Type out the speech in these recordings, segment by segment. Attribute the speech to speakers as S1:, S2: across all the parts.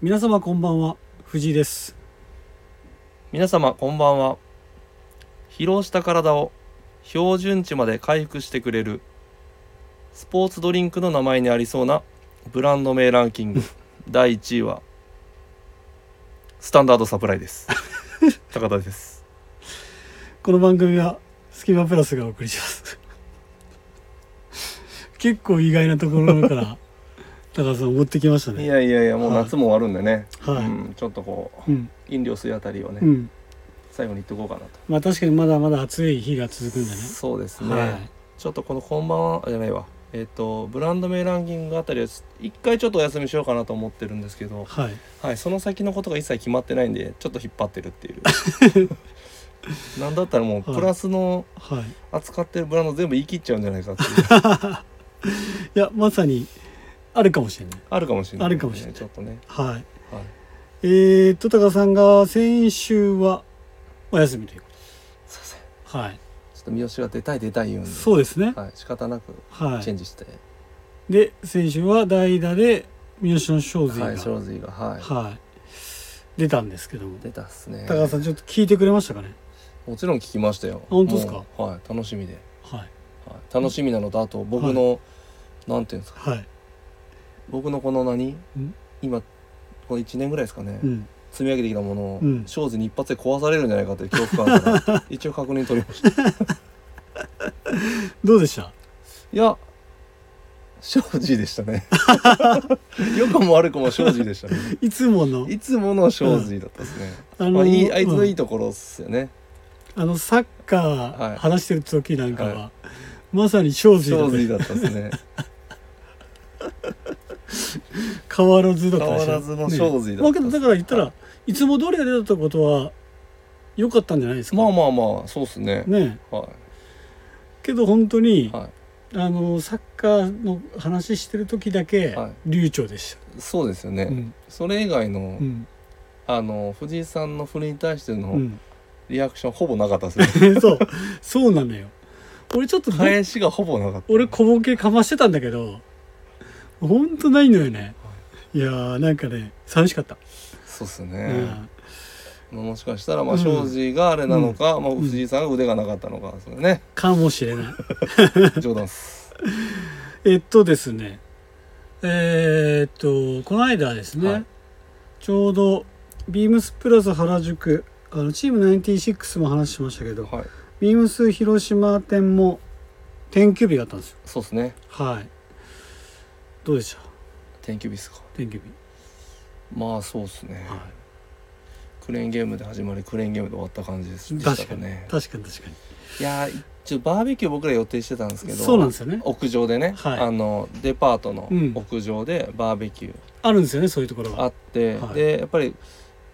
S1: 皆様こんばんは藤井です
S2: 皆様こんばんは疲労した体を標準値まで回復してくれるスポーツドリンクの名前にありそうなブランド名ラン キング第1位はスタンダードサプライです高田です
S1: この番組はスキマプラスがお送りします 結構意外なところから高田さん持ってきました
S2: い
S1: ね
S2: やいやいやもう夏も終わるんでね、
S1: はい
S2: うん、ちょっとこう
S1: うん
S2: 飲料水あたりをね、
S1: うん
S2: 最後に言っておこうかなと、
S1: まあ確かにまだまだ暑い日が続くんだね
S2: そうですね、
S1: はい
S2: ちょっとこのこんばんはじゃないわえっ、とブランド名ランキングあたりは一回ちょっとお休みしようかなと思ってるんですけど
S1: はい
S2: はい、その先のことが一切決まってないんでちょっと引っ張ってるっていう なんだったらもう
S1: はい
S2: プラスの
S1: はい
S2: 扱ってるブランド全部言い切っちゃうんじゃな いかっていう
S1: いやまさにあるかもしれない
S2: あるかもしれない、
S1: あるかもしれない
S2: ちょっとね、
S1: はい
S2: はい、
S1: えー、っと高田さんが先週はお休みというこ
S2: すいませんちょ
S1: とはい
S2: っと三好が出たい出たい言うんで
S1: そうですね
S2: はい、仕方なく
S1: は
S2: チェン
S1: い
S2: ジして、
S1: で先週は代打で三好の正髄が、
S2: はい、正髄がはい、
S1: はい、出たんですけども
S2: 出たっすね
S1: 高田さんちょっと聞いてくれましたかね
S2: もちろん聞きましたよ
S1: 本当っすか
S2: もうはい楽しみで、
S1: はい
S2: はい、楽しみなのとあと僕の、なんていうんですか
S1: はい
S2: 僕のこの何
S1: うん
S2: 今この1年ぐらいですかね、
S1: うん
S2: 積み上げてきたものを、
S1: うん
S2: ショーズに一発で壊されるんじゃないかという恐怖感 から一応確認取りましたい
S1: どうでした
S2: や正直でした ね良くも悪くも正直でしたね
S1: いつもの
S2: いつもの正直だったですね、
S1: あ
S2: まあ、いいあいつのいい
S1: うん
S2: ところっすよね、
S1: あのサッカ
S2: は
S1: ー
S2: い
S1: 話してる時なんかは、
S2: は
S1: まさに正
S2: 正
S1: 髄で
S2: 直だったですね
S1: 変わらずだった
S2: 変
S1: でしょ
S2: わらずの正直だ
S1: まあ
S2: った
S1: け
S2: っ
S1: ど
S2: す
S1: だから言ったら、、
S2: はい
S1: つも通りが出たってことは良かったんじゃないですか
S2: まあまあまあそうっすね
S1: ね
S2: は
S1: けど本当に、
S2: い、は
S1: あのサッカーの話してる時だけ
S2: はい
S1: 流暢でし
S2: い、そうですよね、
S1: た、うん
S2: それ以外の、
S1: うん
S2: あの藤井さんの振りに対して
S1: う
S2: の
S1: ん、
S2: リアクションほぼなかったです ね
S1: そうそうなのよ俺ちょっとどっ
S2: 返しがほぼなかった
S1: 俺小ボケかましてたんだけどほんとないのよね、い、やーなんかね寂しかった、
S2: そうっす
S1: う
S2: ね、
S1: ん
S2: まあもしかしたらま
S1: う
S2: あ
S1: ん
S2: 庄司があれなのか、まあ、
S1: ん
S2: 藤井さんが腕がなかったのかですよね
S1: かもしれ ない
S2: 冗談っす
S1: えっとですねえーっとこの間ですね、
S2: はい
S1: ちょうどビームスプラス原宿あのチーム96も話しましたけど、
S2: はい
S1: ビームス広島店も天休日があったんですよ
S2: そうっすね
S1: はいどうでした
S2: 天気日っすか
S1: 天休日、
S2: まあそうっすね、
S1: は
S2: クレーンゲームで始まりクレーンゲームで終わった感じです
S1: い、
S2: で
S1: 確
S2: した
S1: か
S2: か
S1: に
S2: ね
S1: 確かに確か
S2: いやー一応バーベキュー僕ら予定してたんですけ
S1: に
S2: ど
S1: そうなんですよね
S2: 屋上でね、
S1: はい
S2: あのデパートの
S1: うん
S2: 屋上でバーベキュー
S1: あるんですよねそういうところ
S2: あ
S1: は
S2: って、
S1: はい
S2: でやっぱり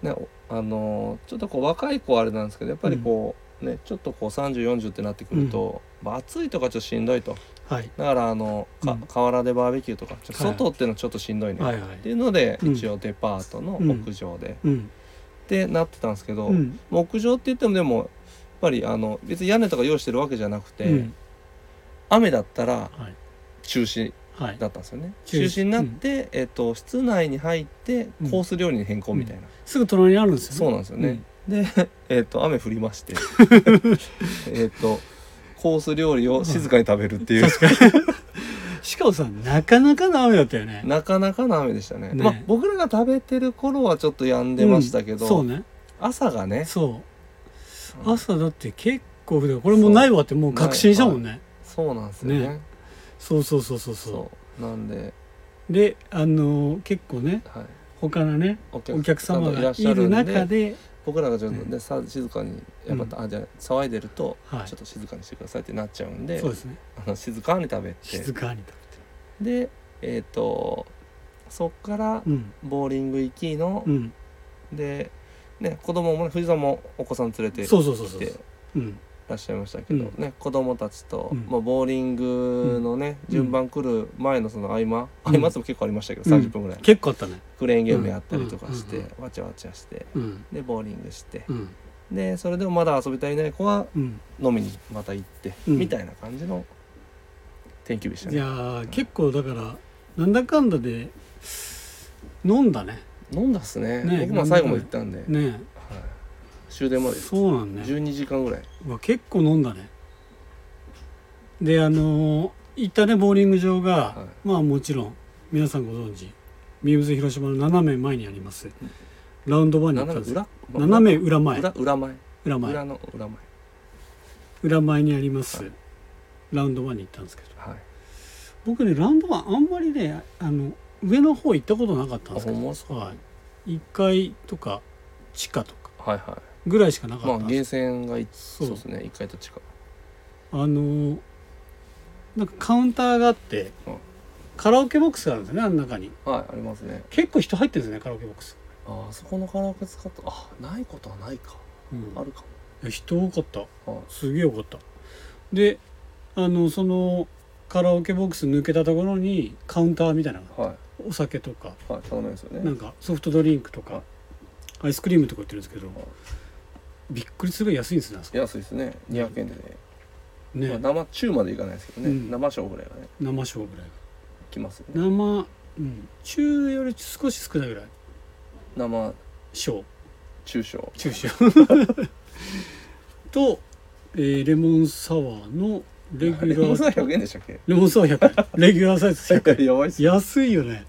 S2: ねおあのーちょっとこう若い子はあれなんですけどやっぱりこう、ねちょっとこう3040ってなってくると、まあ、暑いとかちょっとしんどいと
S1: はい
S2: だからあの、か
S1: うん
S2: 河原でバーベキューとかちょっと
S1: はい
S2: 外っていうのはちょっとしんどいね、
S1: はいは
S2: って
S1: い
S2: いうので、
S1: うん
S2: 一応デパートの屋上で、っ
S1: うん
S2: てなってたんですけど、
S1: うん
S2: 屋上って言ってもでもやっぱりあの別に屋根とか用意してるわけじゃなくて、
S1: うん
S2: 雨だったら
S1: はい
S2: 中止
S1: はい
S2: だったんですよね
S1: 中
S2: 中
S1: 止
S2: 止になって、えっと室内に入って
S1: うん
S2: コース料理に変更みたいな、
S1: すぐ隣にあるんですよね
S2: そうなんですよね、で、 えっと雨降りまして えっとコース料理を静かに食べるっていう、
S1: うんしかもさなかなかの雨だったよね
S2: なかなかの雨でしたね
S1: ね
S2: まあ、僕らが食べてる頃はちょっとやんでましたけど、
S1: うんそうね
S2: 朝がね
S1: そ
S2: うん
S1: う朝だって結構降るこれもうないわってもう確信したもんね
S2: そうなんですよね
S1: ねそうそうそうそうそ
S2: そうなんで、
S1: うであのー結構ね
S2: はい、
S1: 他のね
S2: お
S1: お客様
S2: いら
S1: が
S2: っ
S1: い
S2: しゃる
S1: る
S2: ん
S1: 中
S2: で
S1: で
S2: 僕らがちょっと、ねさ静かにやっぱ、あじゃあ騒いでると、
S1: はい
S2: ちょっと静かにしてくださいってなっちゃうんで
S1: そうですね
S2: あの静かに食べて
S1: 静かにと
S2: でえっ、とそっから
S1: うん
S2: ボーリング行きの
S1: う、ん
S2: で、ね、子供もね藤井さんもお子さん連れて
S1: そ
S2: き
S1: うそうそうそう
S2: て
S1: うん
S2: らっしゃいましたけど、
S1: う
S2: ね、子供たちと、
S1: うん
S2: まあ、ボーリングのね、
S1: うん
S2: 順番来る前のその合
S1: う
S2: 間、
S1: ん
S2: 合間っつっても結構ありましたけど、
S1: うん
S2: 30分ぐらい
S1: 結構あったね
S2: クレーンゲームやったりとかして、
S1: うんうん
S2: わちゃわちゃして
S1: うん
S2: でボーリングして、
S1: うん
S2: でそれでもまだ遊び足りない子は
S1: うん
S2: 飲みにまた行って、
S1: うん
S2: みたいな感じの天気日でした
S1: いや
S2: ね
S1: ー結構だからなんだかんだで飲んだね
S2: 飲んだっすね
S1: ね
S2: 僕も最後まで行ったんで、
S1: ね
S2: はい終電までです
S1: そうなんね
S2: 12時間ぐらいう
S1: わ結構飲んだねであのー行ったねボーリング場が、
S2: は
S1: まあもちろん皆さんご存知ミームズ広島の斜め前にありますラウンドワンに行った
S2: 斜
S1: んで
S2: め
S1: すよ
S2: 裏
S1: 斜め裏前
S2: 裏裏前
S1: 裏前
S2: 裏の裏前
S1: 裏前にあります、
S2: はい
S1: ラウンドワンに行ったんですけど
S2: はい
S1: 僕ねラウンドワンあんまりねあの上の方行ったことなかったん
S2: あ
S1: です
S2: ほ
S1: け
S2: ん
S1: ど、
S2: まっすか
S1: は、
S2: はい
S1: 1階とか地下とか
S2: いは
S1: ぐらいしかなかっ
S2: い
S1: た
S2: まあ
S1: んです
S2: ゲーセンがい
S1: そ
S2: そううですね1階と地下
S1: あのーなんかカウンターがあって
S2: うん
S1: カラオケボックスがあるんですよねあの中に
S2: はいありますね
S1: 結構人入ってるんですねカラオケボックス、
S2: ああそこのカラオケ使ったあないことはないか
S1: うん
S2: あるか
S1: いや人多かった
S2: も
S1: すげえ多かったであのそのカラオケボックス抜けたところにカウンターみたいなのが
S2: あはい
S1: お酒とか
S2: はい頼めですよ
S1: な
S2: ね
S1: んかソフトドリンクとかアイスクリームとか売ってるんですけどびっくりするぐらい安いんですねあそこ
S2: 安いですね200円でねま
S1: ね
S2: あ生中までいかないですけど
S1: う
S2: ね
S1: ん
S2: 生賞ぐらいはね
S1: 生勝負ぐらいが
S2: きますよね
S1: 生、うん、中より少し少ないぐらい
S2: 生
S1: 小
S2: 中賞
S1: 中 小と、えーレモンサワーのレギ
S2: レ
S1: ュラ
S2: モン
S1: ー
S2: サワー100円でしたっけ
S1: レモンサワー100円レギュラーサイズ100
S2: やばいっす
S1: 円
S2: ね
S1: 安いよね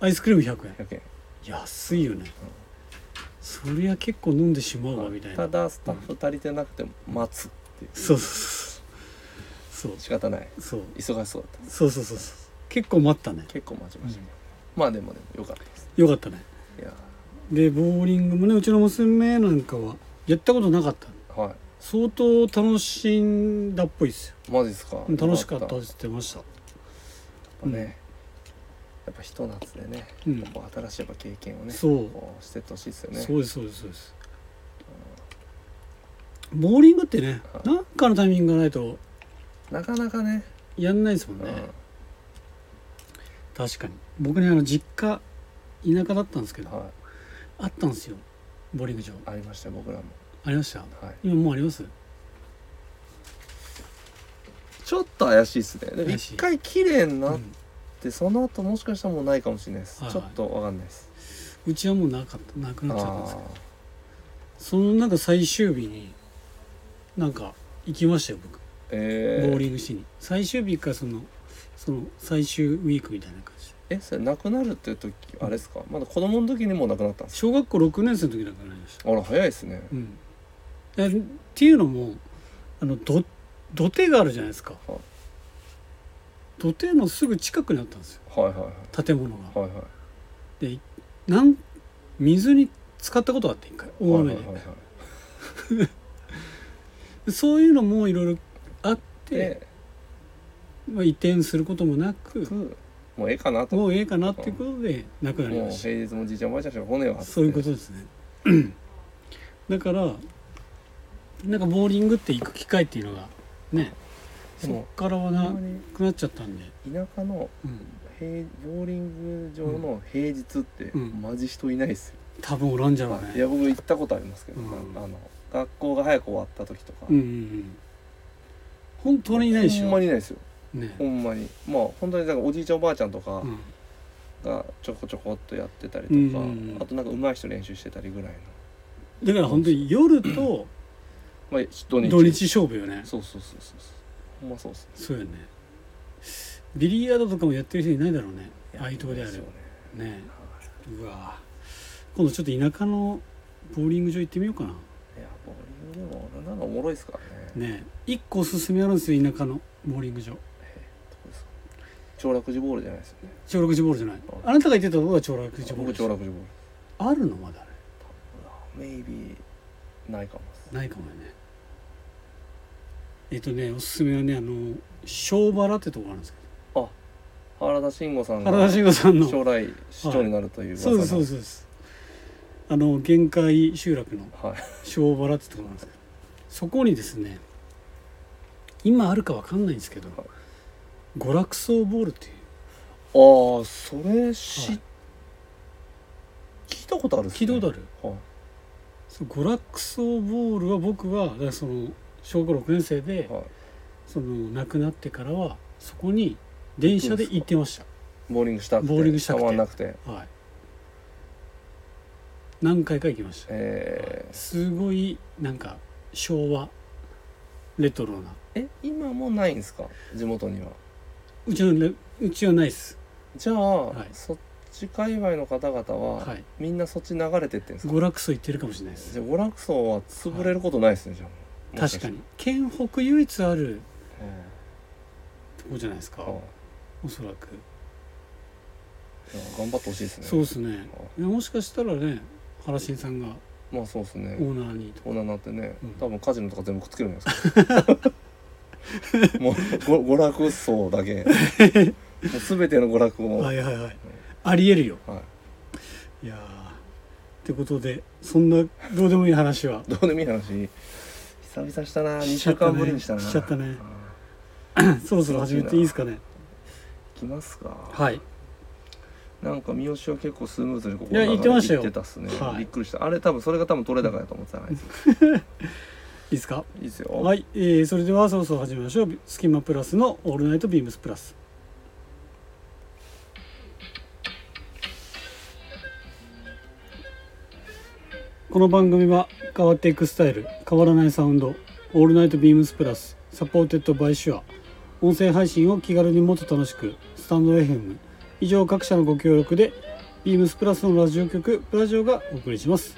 S1: アイスクリーム100円
S2: 100円
S1: 安いよねそりゃ結構飲んでしまうわみたい
S2: た
S1: な
S2: だスタッフ足りてなくても待つっていう
S1: そうそうそうそう
S2: 仕方ない
S1: そう
S2: 忙しそうだった
S1: そうそうそうそう結構待ったね
S2: 結構待ちましたけどまあでもでもよかったです
S1: よかったね
S2: いや
S1: でボーリングもねうちの娘なんかはやったことなかった
S2: ーは
S1: 相当楽しんだっぽいですよ
S2: いマジですか
S1: 楽しかったって
S2: よ
S1: 言ってました
S2: やっぱね、やっぱひと夏でね、
S1: うん
S2: こう新しいやっぱ経験をね
S1: そう
S2: こうしてってほしいですよね
S1: そうですそうですそうですボーリングってね
S2: はい
S1: 何かのタイミングがないと
S2: なかなかね
S1: やんないですもんね確かに僕ねあの実家田舎だったんですけ
S2: うん、
S1: ど
S2: はい
S1: あったんですよボーリング場
S2: ありましたよ僕らも
S1: ありました
S2: はい
S1: 今もうあります
S2: ちょっと怪しいですねでも
S1: 怪しい
S2: 一回綺麗にな
S1: う
S2: っ
S1: ん
S2: て、その後もしかしたらもうないかもしれないです、
S1: はい
S2: ち
S1: は
S2: ょ
S1: い
S2: っとわかんないです
S1: うちはもうなかったなく
S2: あ
S1: なっちゃったんですけど
S2: あ
S1: そのなんか最終日になんか行きましたよ僕
S2: え
S1: ボー
S2: ー、
S1: リングしに最終日かそのその最終ウィークみたいな感じで
S2: えそれなくなるっていう時あれですかまだ子供の時にもうなくなったんです
S1: 小学校6年生の時なんかになりました
S2: かあら早いですね
S1: うんえっていうのもあのど土手があるじゃないですか
S2: はい
S1: 土手のすぐ近くにあったんですよ
S2: はいはいは
S1: 建物が
S2: いはいはい
S1: でなん水に使ったことがあって一回大雨で、
S2: はいはいはいはい
S1: でそういうのもいろいろあって、
S2: で
S1: まあ、移転することもなく
S2: くもうええかなとも
S1: もうええかなっていうことでなく
S2: う
S1: なりました
S2: 平日もじいちゃんおばあちゃんしか骨を張って
S1: そういうことですね。 だからなんかボーリングって行く機会っていうのがね
S2: で
S1: そ
S2: も
S1: っからは
S2: ほ
S1: なん
S2: まに
S1: くなっちゃったんで、
S2: 田舎の
S1: うん、
S2: 平ボーリング場の平日って
S1: うん
S2: マジ人いないですよ、
S1: 多分おらんじゃろう
S2: はいい
S1: ね。
S2: や僕行ったことありますけど、
S1: うん
S2: あの学校が早く終わった時とか、
S1: うんうんうん。本当にいないでしょ。
S2: ほんまにいないですよ
S1: ね
S2: ほ。んまにまあ本当になんかおじいちゃんおばあちゃんとか
S1: うん
S2: がちょこちょこっとやってたり
S1: うん
S2: とか、
S1: うんうん
S2: あとなんか上手い人練習してたりぐらいの
S1: だから本当に夜と
S2: まあ土日
S1: 土日勝負よね。
S2: そうそうそうそうそうほんまそうっすね
S1: そうよね。ビリヤードとかもやってる人いないだろうね。ああいうとこであれ
S2: そうね
S1: ばね。うわぁ今度ちょっと田舎のボーリング場行ってみようかな。
S2: いやボーリングでもなんなのおもろいですからね
S1: ね一個おすすめあるんですよ田舎のボーリング場
S2: どこですか長楽寺ボールじゃないですよね
S1: 長楽寺ボールじゃないあなたが言ってたとこが長楽寺ボール
S2: 僕
S1: です
S2: 長楽寺ボール
S1: あるのまだあれ
S2: メイビーないかもです
S1: ないかもねえっとねおすすめはねあの小原ってとこがあるんですけ
S2: 原田慎吾さん
S1: ど原
S2: が
S1: 田慎吾さんのそ
S2: 将来市長になるという噂
S1: う
S2: の
S1: ですそうですそうですあの限界集落の
S2: はい
S1: 小原ってとこなんですけどそこにですね今あるかわかんないんですけど
S2: はい
S1: 娯楽荘ボールっていう
S2: ああそれし、
S1: はい
S2: 聞いたことあるっす
S1: 聞いたことある
S2: はい
S1: そう娯楽荘ボールは僕はだからその小学校6年生で、
S2: はい
S1: その亡くなってからはそこに電車で行ってまし
S2: ボーリングしたくて
S1: ボーリングしたくて
S2: たまんなくて
S1: たはい何回か行きました
S2: え
S1: すごいなんか昭和レトロな
S2: ーえ今もないんですか地元には
S1: うちのねうちはないっす
S2: じゃあ、
S1: はい
S2: そっち界隈の方々は、
S1: はい
S2: みんなそっち流れてってんですか
S1: 娯楽層行ってるかもしれないです
S2: じゃあ娯楽層は潰れることないですね、じゃあ
S1: 確かに県北唯一ある
S2: う
S1: とこじゃないですか
S2: んうんい
S1: おそらく
S2: や頑張ってほしいですね
S1: そうですねいやもしかしたらね原新さんが
S2: まあそうです
S1: オ
S2: ね
S1: ーナーにと
S2: オーナーになってね、
S1: うん
S2: 多分カジノとか全部くっつけるんじゃないで すかもうご娯楽層だけもう全ての娯楽を、
S1: はいはいはいありえるよ
S2: はい
S1: やーってことでそんなどうでもいい話は
S2: どうでもいい話久々したな2
S1: しちゃ
S2: 週
S1: ったね
S2: 間ぶりにしたな
S1: しちゃったね
S2: あ
S1: そろそろ始めていいですかね
S2: ー行きますか、
S1: はい
S2: なんか三好は結構スムーズにここ
S1: いや行ってましたよ
S2: 行ってたっすね、
S1: はい
S2: びっくりしたあれ多分それが多分取れ高やと思ってたあいつい
S1: いいですか
S2: いですよ
S1: はい、えー、それではそろそろ始めましょう「スキマプラス」の「オールナイトビームスプラス」この番組は変わっていくスタイル変わらないサウンド「オールナイトビームスプラス」サポーテッドバイシュア音声配信を気軽にもっと楽しくスタンド FM 以上各社のご協力でビームスプラスのラジオ局プラジオがお送りしますよ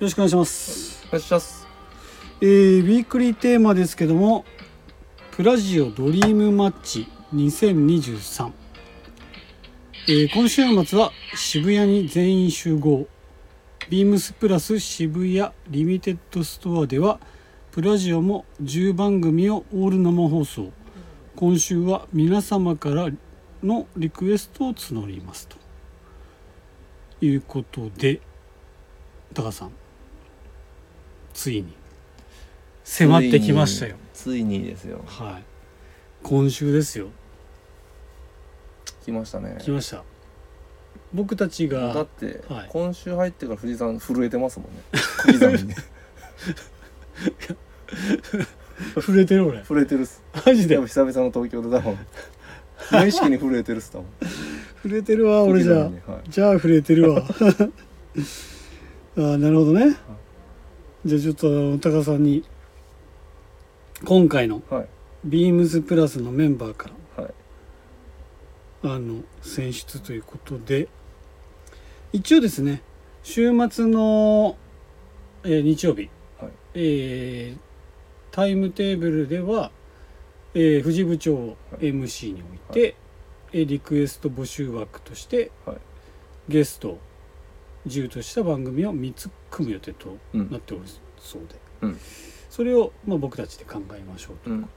S1: ろしくお願いします、
S2: お願いします
S1: えー、ウィークリーテーマですけども「プラジオドリームマッチ2023」えー今週末は渋谷に全員集合ビームスプラス渋谷リミテッドストアではプラジオも10番組をオール生放送今週は皆様からのリクエストを募りますということで高さんついに迫ってきましたよ
S2: ついについにですよ
S1: はい今週ですよ
S2: 来ましたね
S1: 来ました僕たち
S2: だ
S1: が
S2: って、
S1: はい
S2: 今週入ってから藤井さん震えてますもん ね小刻みに
S1: 触れてる俺
S2: 震えてるっす
S1: マジ
S2: で
S1: で
S2: も久々の東京で多分無意識に震えてるっす多分
S1: 触れてるわ俺じゃあ
S2: 小刻みにはい
S1: じゃあ触れてるわ あーなるほどねじゃあちょっとあのタカさんに今回の
S2: はい
S1: ビームズプラスのメンバーか
S2: はい
S1: らあの選出ということで一応ですね週末の、えー日曜日、
S2: はい
S1: えータイムテーブルでは、えー藤井部長を
S2: はい
S1: MC に置いて、えーリクエスト募集枠として、
S2: はい
S1: ゲストを自由とした番組を3つ組む予定と
S2: う
S1: なんっておるそうで、
S2: うん
S1: それを、まあ、僕たちで考えましょうと
S2: うん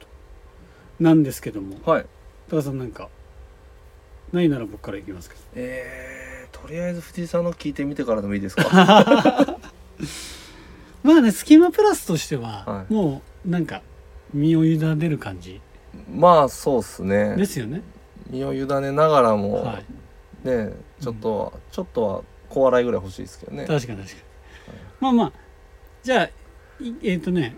S1: なんですけども
S2: はい
S1: 高田さんなんかないなら僕からいきますけど
S2: えー、とりあえず藤井さんの聞いてみてからでもいいですか は
S1: まあね「スキマプラス」としては、
S2: はい
S1: もうなんか身を委ねる感じ
S2: いまあそうっすね
S1: ですよね、
S2: 身を委ねながらも、
S1: はい
S2: ねちょっとは、ちょっとは小笑いぐらい欲しいですけどね
S1: 確かに確かに、まあまあじゃあいえっ、とね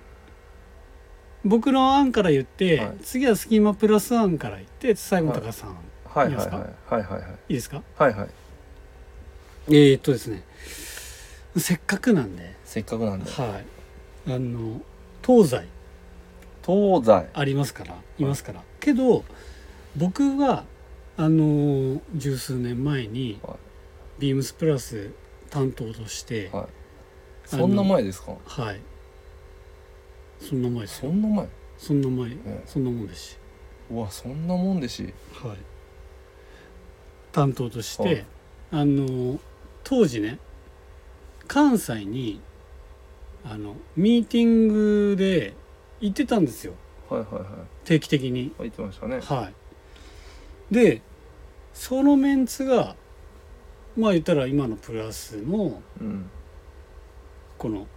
S1: 僕の案から言って、
S2: はい
S1: 次は「スキマプラス」案から言って最後高田さん、い、
S2: はい
S1: いい
S2: は
S1: で
S2: い
S1: すか
S2: はいはいはいはい
S1: いですか
S2: はいはい
S1: えー、っとですねせっかくなんで
S2: せっかくなんで
S1: はい、あの東西
S2: 東西
S1: ありますからいますから、けど僕はあの十数年前に、
S2: はい
S1: ビームスプラス担当として
S2: はいそんな前ですか
S1: はい、そんな前です
S2: そ
S1: よ
S2: んな前
S1: そんな前、
S2: え
S1: そんなもんですし、
S2: うわそんなもんでし
S1: はい、担当として、
S2: はい
S1: あの当時ね関西にあのミーティングで行ってたんですよ
S2: はいはいはい
S1: 定期的に
S2: 言ってましたね
S1: はいでそのメンツがまあ言ったら今のプラスの
S2: うん
S1: この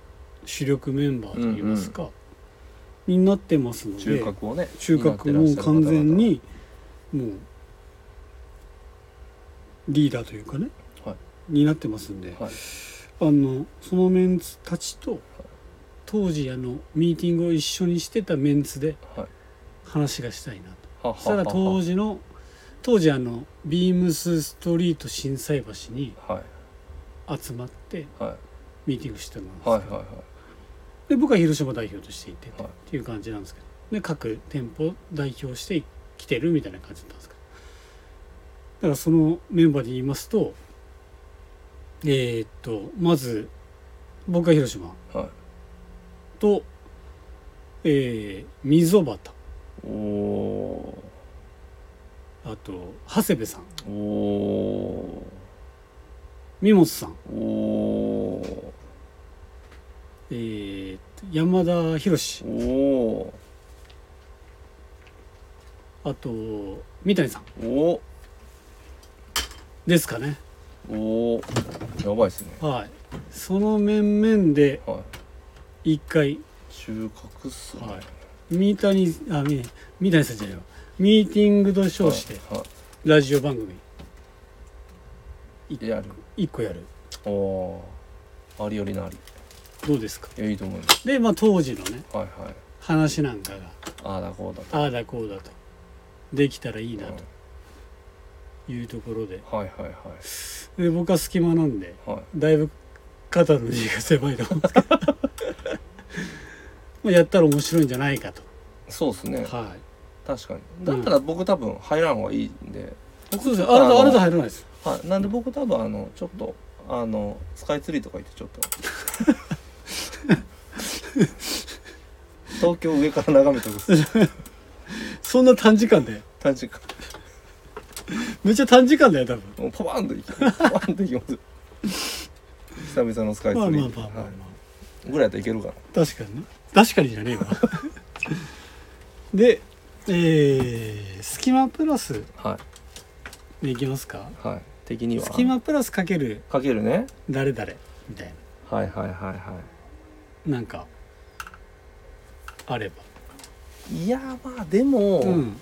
S1: 主力メンバーといいますか、になってますので
S2: 中核をね
S1: 中核もう完全にもうリーダーというかね、
S2: はい
S1: になってますんで、
S2: はい
S1: あのそのメンツたちと当時あのミーティングを一緒にしてたメンツで
S2: はい
S1: 話がしたいなと。
S2: ははは
S1: そしたら当時の当時あのビームスストリート心斎橋に
S2: は
S1: 集まって
S2: いはい
S1: ミーティングしてたんです、
S2: はいはいはい
S1: で僕は広島代表としていて
S2: はい
S1: っていう感じなんですけどで各店舗代表して来てるみたいな感じだったんですけどだからそのメンバーで言いますとえーっとまず僕は広島
S2: はい
S1: と、えー、溝端
S2: おお
S1: あと長谷部さん
S2: ーお
S1: 三本さん、
S2: ーおー
S1: えーっと山田博史
S2: お
S1: あと三谷さん
S2: ーお
S1: ですかね
S2: おおーやばいっすね
S1: はいその面々で
S2: はい
S1: 一回
S2: 中核っすね
S1: はい三谷あみ三谷さんじゃないわミーティングと称して
S2: は
S1: ラジオ番組
S2: いやる
S1: 一個やる
S2: おおーありよりなり
S1: どうですか
S2: いやいいと思います
S1: でまあ当時のね
S2: はいはい
S1: 話なんかが
S2: ああだこうだ
S1: ああだこうだとできたらいいな
S2: うん
S1: というところで
S2: はいはいはい
S1: で僕は隙間なんで
S2: はい
S1: だいぶ肩の荷が狭いと思うんです けどまあやったら面白いんじゃないかと
S2: そうですね
S1: はい
S2: 確かにだったら僕多分入らん方がいいんで、
S1: そうですねあなたあなた入らないです
S2: はい、なんで僕多分あのちょっとあのスカイツリーとか行ってちょっと東京上から眺めてます
S1: そんな短時間で
S2: 短時間
S1: めっちゃ短時間だよ多分
S2: もうパパンと行きパパンと行きます久々のスカイツ
S1: まあ
S2: リ
S1: まあ
S2: ー、
S1: まあまあま
S2: は
S1: あ
S2: い、ぐらいだといけるかな
S1: 確かにね確かにじゃねえ わでえー、スキマプラス
S2: はい
S1: でいきますか
S2: はい的には
S1: スキマプラスかける
S2: かけるね
S1: 誰々みたい
S2: はいはいはいは
S1: ななんかあれば
S2: いいやまあでも、
S1: うん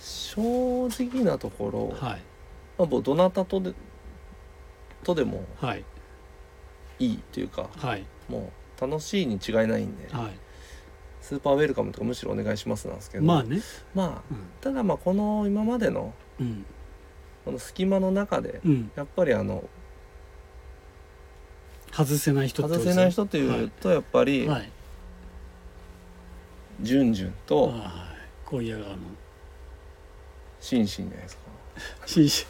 S2: 正直なところ、
S1: はい
S2: まあ、もうどなたとでとでも
S1: はい
S2: いいというか
S1: はい
S2: もう楽しいに違いないんで
S1: は
S2: スーパーウェルカムとかむしろお願いしますなんですけ
S1: い
S2: ど
S1: まあね
S2: まあただまあこの今までの
S1: うんうん
S2: この隙間の中で
S1: うん
S2: やっぱりあの
S1: 外せない人って
S2: 外せない人というとやっぱり
S1: はい
S2: ジュンジュン
S1: は
S2: と
S1: い今夜があの
S2: シンシンじゃないですか
S1: 紳士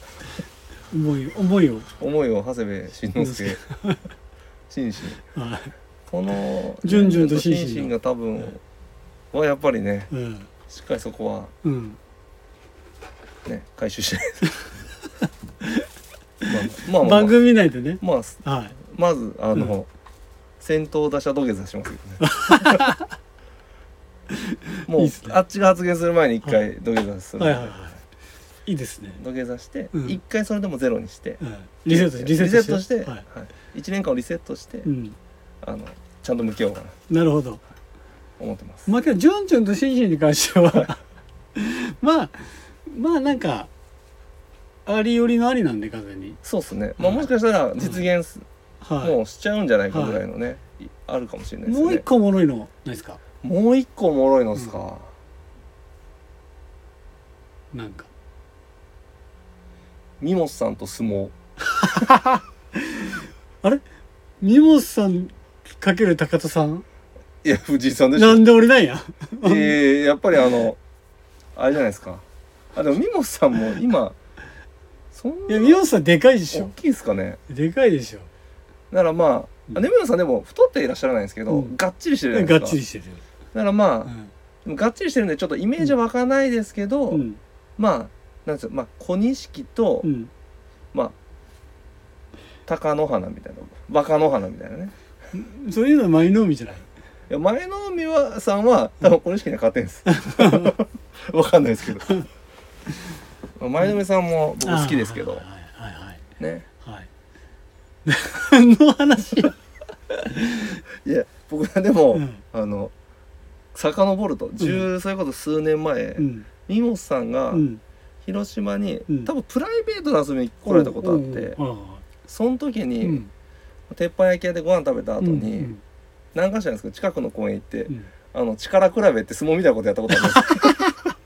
S1: 思い思いを
S2: 思いを長谷部慎之介シンシン
S1: は
S2: この
S1: ジュンジュンとシンシンの
S2: ジュが多分はやっぱりね
S1: いうん
S2: しっかりそこは
S1: うん
S2: ね回 収してまあまあまあ
S1: 番組内でね
S2: まあ
S1: はい
S2: まずあの、
S1: う
S2: 先頭打者土下座しま すよねもう
S1: いいっすね
S2: あっちが発言する前に一回土下座する、
S1: はいはいはい。いいですね。
S2: 土下座して
S1: うん
S2: 一、回それでもゼロにして
S1: うんリセットして、リセットして。
S2: して
S1: は
S2: はい
S1: い。
S2: 1年間をリセットして、
S1: うん。
S2: あのちゃんと向き合おうかなと
S1: なるほど。
S2: 思ってます、
S1: まあ、けど、ジュンジュンとシンシンに関しては、 まあ、まあなんか、ありよりのありなんで、完全に。
S2: そうっすね、まあ、もしかしたら実現す、も
S1: は
S2: うしちゃうんじゃないかぐらいのね、いあるかもしれな
S1: い。
S2: いですね
S1: もう一個おもろいの、ないですか
S2: もう一個おもろいのっすか、
S1: なんか。
S2: ミモスさんと相撲
S1: ミモスさんかける高田さん
S2: いや藤井さんでしょ
S1: なんで俺なん や。
S2: えー、やっぱりあのあれじゃないですかあでもミモスさんも今そん
S1: い
S2: な
S1: や、ミモスさんでかいでし
S2: 大
S1: ょ。
S2: きいですかね
S1: でかいでしょ。
S2: だからま
S1: うん
S2: ああねミモスさんでも太っていらっしゃらないんですけど、
S1: うん
S2: がっちりしてるじゃない
S1: が
S2: で
S1: っ
S2: すか
S1: ちりしてるよ。
S2: だからま
S1: う
S2: あ、
S1: ん
S2: がっちりしてるんでちょっとイメージは湧かないですけど、
S1: うん。
S2: まあなんですよまあ小錦と、
S1: うん。
S2: まあ鷹の花みたいな若の花みたいなね
S1: そういうのは舞の海じゃない。
S2: いや前の美和さんは多分この式には勝ってんです わかんないですけどまあ前の美さんも僕好きですけ
S1: あ
S2: ど
S1: ーはいはいはい。
S2: ね
S1: はい。何の話よ
S2: いや僕はでも、
S1: うん
S2: あの遡ると十、それこそ数年前、
S1: うん。
S2: ミモスさんが
S1: うん。
S2: 広島に、
S1: うん
S2: 多分プライベートで遊びに来られたことあって、
S1: うんうん
S2: その時に、
S1: うん
S2: 鉄板焼き屋でご飯食べた後に、
S1: うん
S2: 何かしらですけど近くの公園行って、
S1: うん
S2: あの力比べって相撲みたいなことやったことあ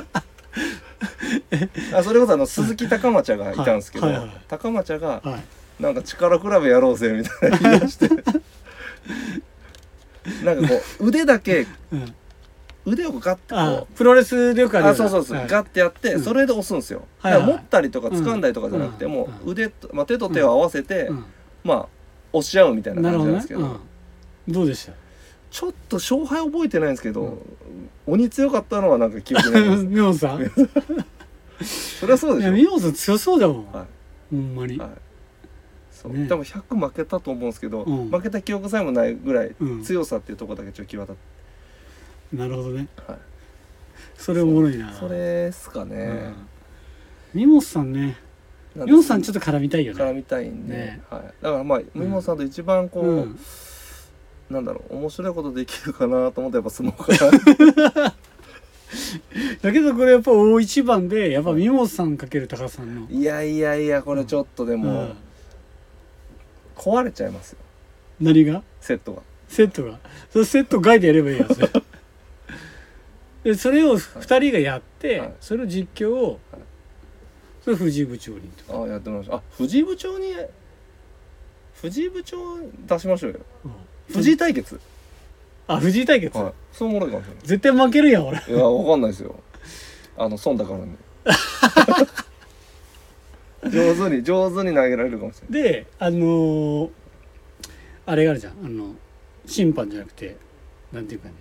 S2: るんですよあそれこそあの鈴木高町がいたんですけど、
S1: はいはいはい
S2: 高町が
S1: はい。
S2: なんか力比べやろうぜみたいな言い 出してなんかこう腕だけ
S1: うん、
S2: 腕をガッて
S1: あ
S2: こう
S1: プロレスでよくあるよ
S2: あそうそうそう、
S1: はい
S2: ガッてやって、
S1: うん
S2: それで押すんですよ、
S1: はいはい
S2: だから持ったりとか掴んだりとかじゃなくて、
S1: うん
S2: も
S1: う
S2: う腕と、まあ、手と手を合わせて、
S1: うん
S2: まあ押し合うみたいな
S1: なる
S2: 感じ
S1: ほど
S2: な
S1: ね
S2: んですけど
S1: うん、どうでした
S2: ちょっと勝敗覚えてないんですけど、
S1: う
S2: 鬼強かったのはなんか記憶にあ ります
S1: ミョンさんい
S2: それはそうでし
S1: や
S2: ょ
S1: ミョンさん強そうだもん、
S2: はい
S1: ほんまに、
S2: はいそう、
S1: ね
S2: 多分100負けたと思うんですけど、
S1: うん
S2: 負けた記憶さえもないぐらい
S1: うん
S2: 強さっていうところだけちょっと際立って、
S1: なるほどね
S2: はい、
S1: それおもろいな
S2: それっすかね、
S1: うんミモスさんね
S2: なん
S1: ミモスさんちょっと絡みたいよ
S2: 絡
S1: ね
S2: みたいんで、
S1: ね
S2: はい、だからまあ森本さんと一番こう、
S1: うん
S2: なんだろう面白いことできるかなと 思ってやっぱ相撲から
S1: だけどこれやっぱ大一番でやっぱミモスさんかける高さんの
S2: いやいやいやこれちょっとで
S1: う
S2: も
S1: ん
S2: 壊れちゃいますよ
S1: 何が
S2: セットが
S1: セットがそれセット外でやればいいやつ でそれを2人がやって、
S2: はい
S1: それを実況を、
S2: はい
S1: それ藤井部長にと
S2: あやってみましょうあ藤井部長に藤井部長出しましょうよ藤井対決、
S1: あ藤井対決、
S2: はい、そうおもろいかもしれない
S1: 絶対負けるやん俺
S2: いや、わかんないですよ。あの、損だから ね。上手に、上手に投げられるかもしれ
S1: であのーあれがあるじゃんあの審判じゃなくてなんていうかね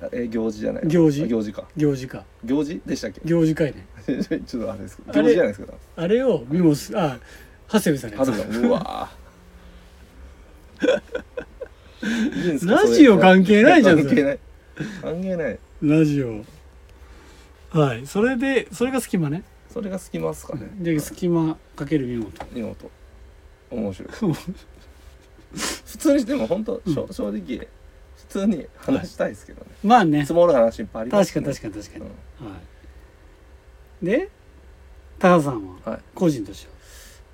S2: ない。え、行事じゃない。
S1: 行事
S2: あ行事か。
S1: 行事か
S2: 行事でしたっけ
S1: 行事会ね
S2: ちょっとあれですけど。
S1: あれ
S2: 行事じゃないですけど。
S1: あれをミモスあ長谷部さんのや
S2: は
S1: つ
S2: ずが、うわ ぁ。いいんですか
S1: ラジオ関係ないじゃん
S2: 関
S1: それ
S2: 係ない。関係ない。
S1: ラジオはいそれでそれが隙間ね
S2: それが隙間っすかね。
S1: で隙間かけるミ モと
S2: いいのと。面白い。普通にしても、本当、しょ正直、普通に話したいですけどね。
S1: まあね
S2: 積もる話いっぱいありま
S1: 確
S2: す
S1: か
S2: ね
S1: に確かに確かに、
S2: うん
S1: はいで高橋さんは
S2: はい
S1: 個人として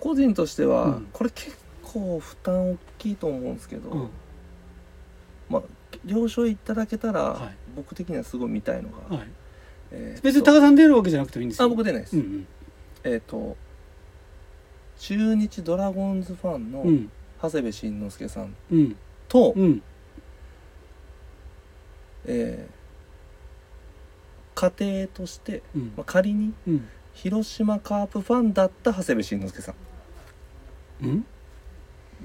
S2: 個人としては、
S1: うん
S2: これ結構負担大きいと思うんですけど、
S1: は、うん、
S2: まあ了承いただけたら、
S1: はい
S2: 僕的にはすごい見たいのが、
S1: はい、
S2: えーっと
S1: 別に高田さん出るわけじゃなくてもいいんですよ
S2: あ僕出ないです、
S1: うん
S2: えーっ、と中日ドラゴンズファンの
S1: うん
S2: 長谷部慎之介さん
S1: うん
S2: と、
S1: うんうん
S2: えー家庭として、
S1: うん
S2: まあ、仮に
S1: うん
S2: 広島カープファンだった長谷部慎之介さ
S1: うん
S2: ん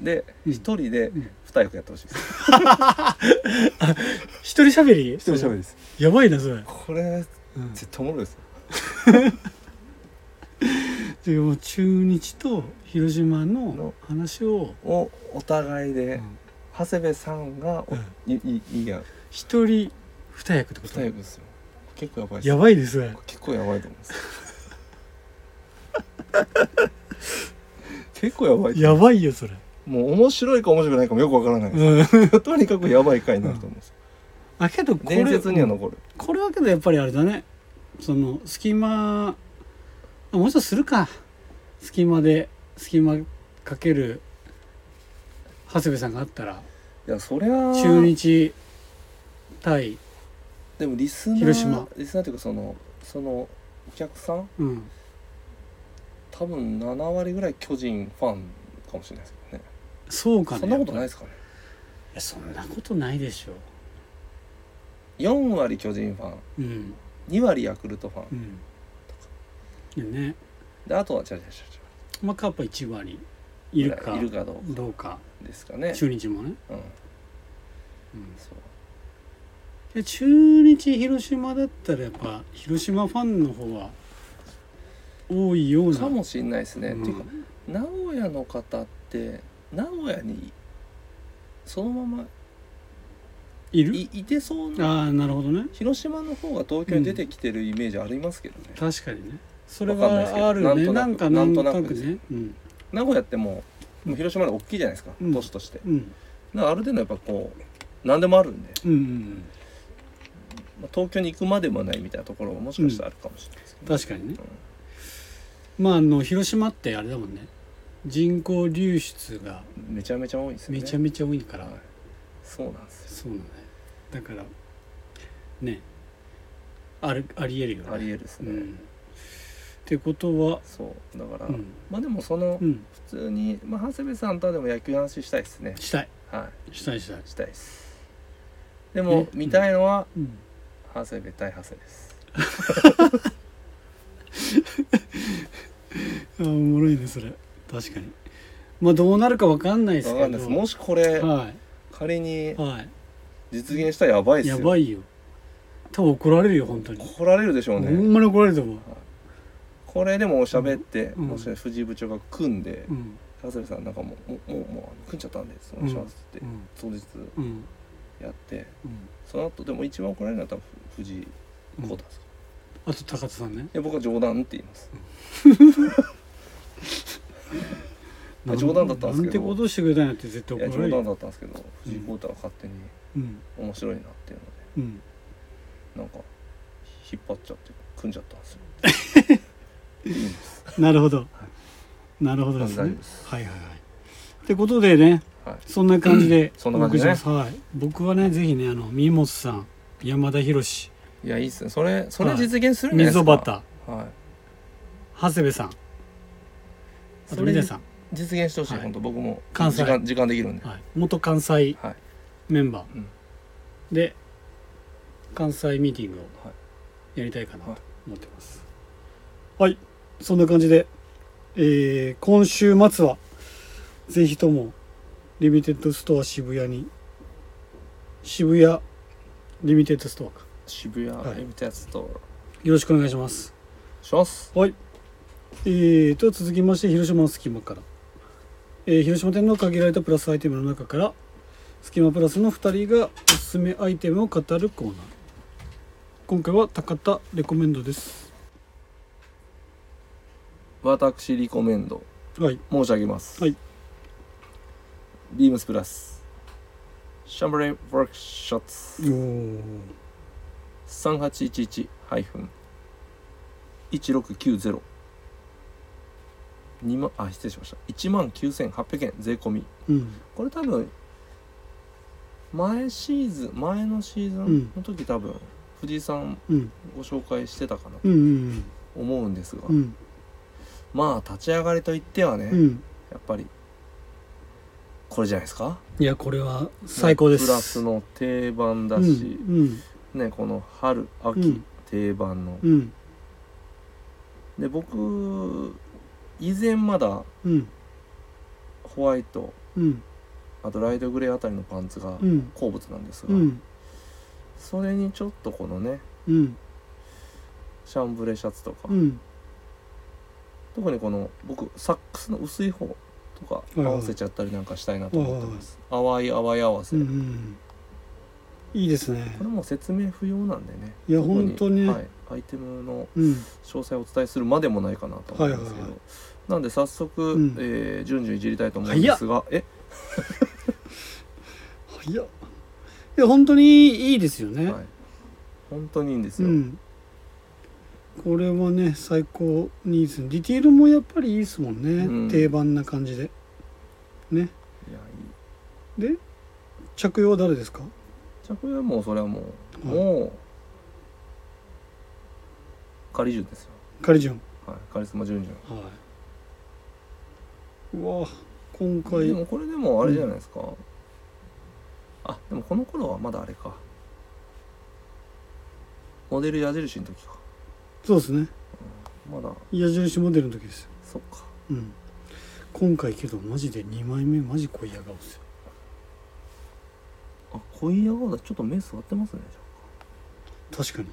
S2: で
S1: うん
S2: 一人で
S1: うん
S2: 二役やってほしいです、
S1: 一人喋り
S2: 一人喋りです
S1: やばいなそれ、
S2: これ
S1: うん、
S2: 絶対おもろいですよ
S1: でもう中日と広島の
S2: の
S1: 話を
S2: をお互いで、
S1: うん
S2: 長谷部さんがお、
S1: うん
S2: いいいいや
S1: 一人二役ってこ
S2: 二
S1: と
S2: 役ですよ結構やばいです
S1: やばいですね
S2: 結構やばいと思うんですよ結構やばい
S1: やばいよそれ、
S2: もう面白いか面白くないかもよくわからないで
S1: うん、
S2: すとにかくやばい回になると思うんですよ
S1: あけどこれ
S2: 伝説には残る
S1: これはけどやっぱりあれだねその隙間あもうちょっとするか隙間で隙間かける長谷部さんがあったら
S2: いやそりゃあ
S1: 中日対
S2: でもリスナー
S1: 広島
S2: リスナーっていうかそのそのお客さん
S1: うん
S2: 多分7割ぐらい巨人ファンかもしれないですけどね
S1: そうかね
S2: そんなことない
S1: や
S2: で
S1: っ
S2: すかね
S1: ぱりいやそんなことないでしょ
S2: 4割巨人ファン
S1: ううん
S2: 2割ヤクルトファン
S1: うんでね
S2: であとは違う違う違う違
S1: まあカッパ1割
S2: う
S1: いるか
S2: いるかどう
S1: どうか
S2: かですかね
S1: 中日もね、
S2: うん
S1: うん、
S2: そう
S1: で中日広島だったらやっぱ広島ファンの方は多いような
S2: かもしれないですね、
S1: うん
S2: っていうか名古屋の方って名古屋にそのまま
S1: いる
S2: いいてそう
S1: あ
S2: な
S1: あなるほどね
S2: 広島の方が東京に出てきてるイメージありますけどね、
S1: 確かにねそれ
S2: わかんないですけ
S1: は
S2: ど
S1: あるねな
S2: なんん
S1: か
S2: と
S1: な
S2: なんく
S1: と
S2: な
S1: な
S2: んと
S1: く
S2: なく
S1: ねうん
S2: 名古屋ってもうもう広島の大きいじゃないですか、
S1: うん
S2: 都市として
S1: うん
S2: だからある程度やっぱこう何でもあるんで、
S1: うんうん
S2: まあ東京に行くまでもないみたいなところももしかしたらあるかもしれないですけど、
S1: 確かにねまああの広島ってあれだもんね人口流出が
S2: うんめちゃめちゃ多いんですよね
S1: めちゃめちゃ多いから
S2: はいそうなんです
S1: そうなのねだからねあるありえるよ
S2: よあり
S1: ね
S2: えるです
S1: う
S2: ね、
S1: んてことは、
S2: そうだから、
S1: うん、
S2: まあでもその
S1: うん、
S2: 普通に、まあ、長谷部さんとはでも野球の話したいですね
S1: したい、
S2: は
S1: したい、したい
S2: い。したいですでも
S1: え
S2: 見たいのは
S1: うん、
S2: 長谷部対長谷です
S1: あーおもろいね、それ。確かに。まあ、どうなるかわかんないです
S2: わ
S1: け
S2: か
S1: ど。
S2: んないですもしこれ
S1: は
S2: 仮に
S1: い、は
S2: 実現したらやばい
S1: い、
S2: ですよ
S1: やばいよ。多分怒られるよ、本当に。
S2: 怒られるでしょ
S1: ほ
S2: うね、
S1: んまに怒られると思う。
S2: これでも喋って、
S1: うん
S2: もし藤井部長が組んで
S1: うん、
S2: 長谷部さんなんかもうもうもうもう組んじゃったんですお願いしますって、
S1: うん、
S2: 当日
S1: うん、
S2: やって
S1: うん。
S2: その後でも一番怒られるのは多分藤井
S1: うん
S2: 浩太さん、
S1: あと高田さんね。
S2: で僕は冗談って言います
S1: なん
S2: 冗談だったんですけど
S1: なんてことしてくれたんやって絶対
S2: いや
S1: 怒ら
S2: 冗
S1: れる
S2: 談
S1: よ。
S2: だったんですけど藤井浩太は勝手に
S1: うん、
S2: 面白いなっていうの
S1: うん。
S2: でなんか引っ張っちゃって組んじゃったんですよって言います
S1: なるほど。なるほどです
S2: 大丈
S1: ね
S2: 夫です。
S1: はいはいはい。ってことでね、
S2: はい
S1: そんな感じで
S2: そんな感じでね
S1: お送りしますはい。僕はね、ぜひね、あの三本さん、山田博史、
S2: いやいいっすねそれそれ実現するんじゃないで
S1: 溝
S2: すか、
S1: 端、
S2: はい
S1: 長谷部さん、あと
S2: それ
S1: 皆さん、
S2: 実現してほしい、
S1: はい
S2: 本当僕も
S1: 関西
S2: 時間時間できるんで、
S1: はい、元関西
S2: はい
S1: メンバー
S2: うん
S1: で関西ミーティングを
S2: はい
S1: やりたいかなと
S2: はい
S1: 思ってます。はい、そんな感じで、えー今週末はぜひともリミテッドストア渋谷に渋谷リミテッドストアか
S2: 渋谷
S1: はい
S2: エビタやつと
S1: よろしくお願いします。
S2: します
S1: はい。えー、と続きまして広島の隙間から、えー広島店の限られたプラスアイテムの中から隙間プラスの2人がおすすめアイテムを語るコーナー今回は高田レコメンドです
S2: 私リコメンド
S1: はい
S2: 申し上げます
S1: はい
S2: ビームスプラスシャンブレンワークショッツ
S1: お
S2: 3811-1690 2万あ失礼しました1万9800円税込み
S1: うん
S2: これ多分前シーズン前のシーズ
S1: うん
S2: ンの時多分藤井さん
S1: うん
S2: ご紹介してたかなと
S1: うんうん
S2: 思うんですが、
S1: うん
S2: まあ立ち上がりといってはね、
S1: うんうん
S2: やっぱりこれじゃないですか
S1: いやこれは最高です
S2: プラスの定番だ
S1: うん
S2: し、
S1: うん
S2: ねこの春秋、
S1: うん
S2: 定番の
S1: うん
S2: で僕以前まだ
S1: うん
S2: ホワイト
S1: うん
S2: あとライトグレーあたりのパンツが
S1: うん
S2: 好物なんですが、
S1: うん
S2: それにちょっとこのね
S1: うん
S2: シャンブレシャツとか、
S1: うん
S2: 特にこの僕サックスの薄い方とか
S1: いは
S2: 合
S1: い
S2: わせちゃったりなんかしたいなと思ってます、淡い淡い合わせ、
S1: うんうんいいですね
S2: これもう説明不要なんでね
S1: いや
S2: 特に
S1: 本当にね
S2: はい、アイテムの
S1: うん
S2: 詳細をお伝えするまでもないかなと思うんです
S1: はい
S2: けど、
S1: はいはい
S2: なんで早速、
S1: うん
S2: えー順々いじりたいと思うんですがえ、
S1: いやいや本当にいいですよね、
S2: はい、本当にいいんです
S1: う
S2: よ、
S1: んこれはね最高にいいですねディテールもやっぱりいいですもんね、
S2: うん
S1: 定番な感じでね
S2: いやいい
S1: で着用は誰ですか
S2: 着用はもうそれはもう、
S1: はい
S2: もう仮順ですよ、
S1: カリジョン
S2: はい、カリスマ順々
S1: はいうわ今回
S2: でもこれでもあれじゃないですか、あでもこの頃はまだあれかモデル矢印の時か
S1: そうですね
S2: まだ
S1: 矢印モデルの時ですよ
S2: そっか
S1: うん今回けどマジで2枚目マジ濃いや顔ですよ
S2: あ濃い青だちょっと目座ってますね
S1: 確かに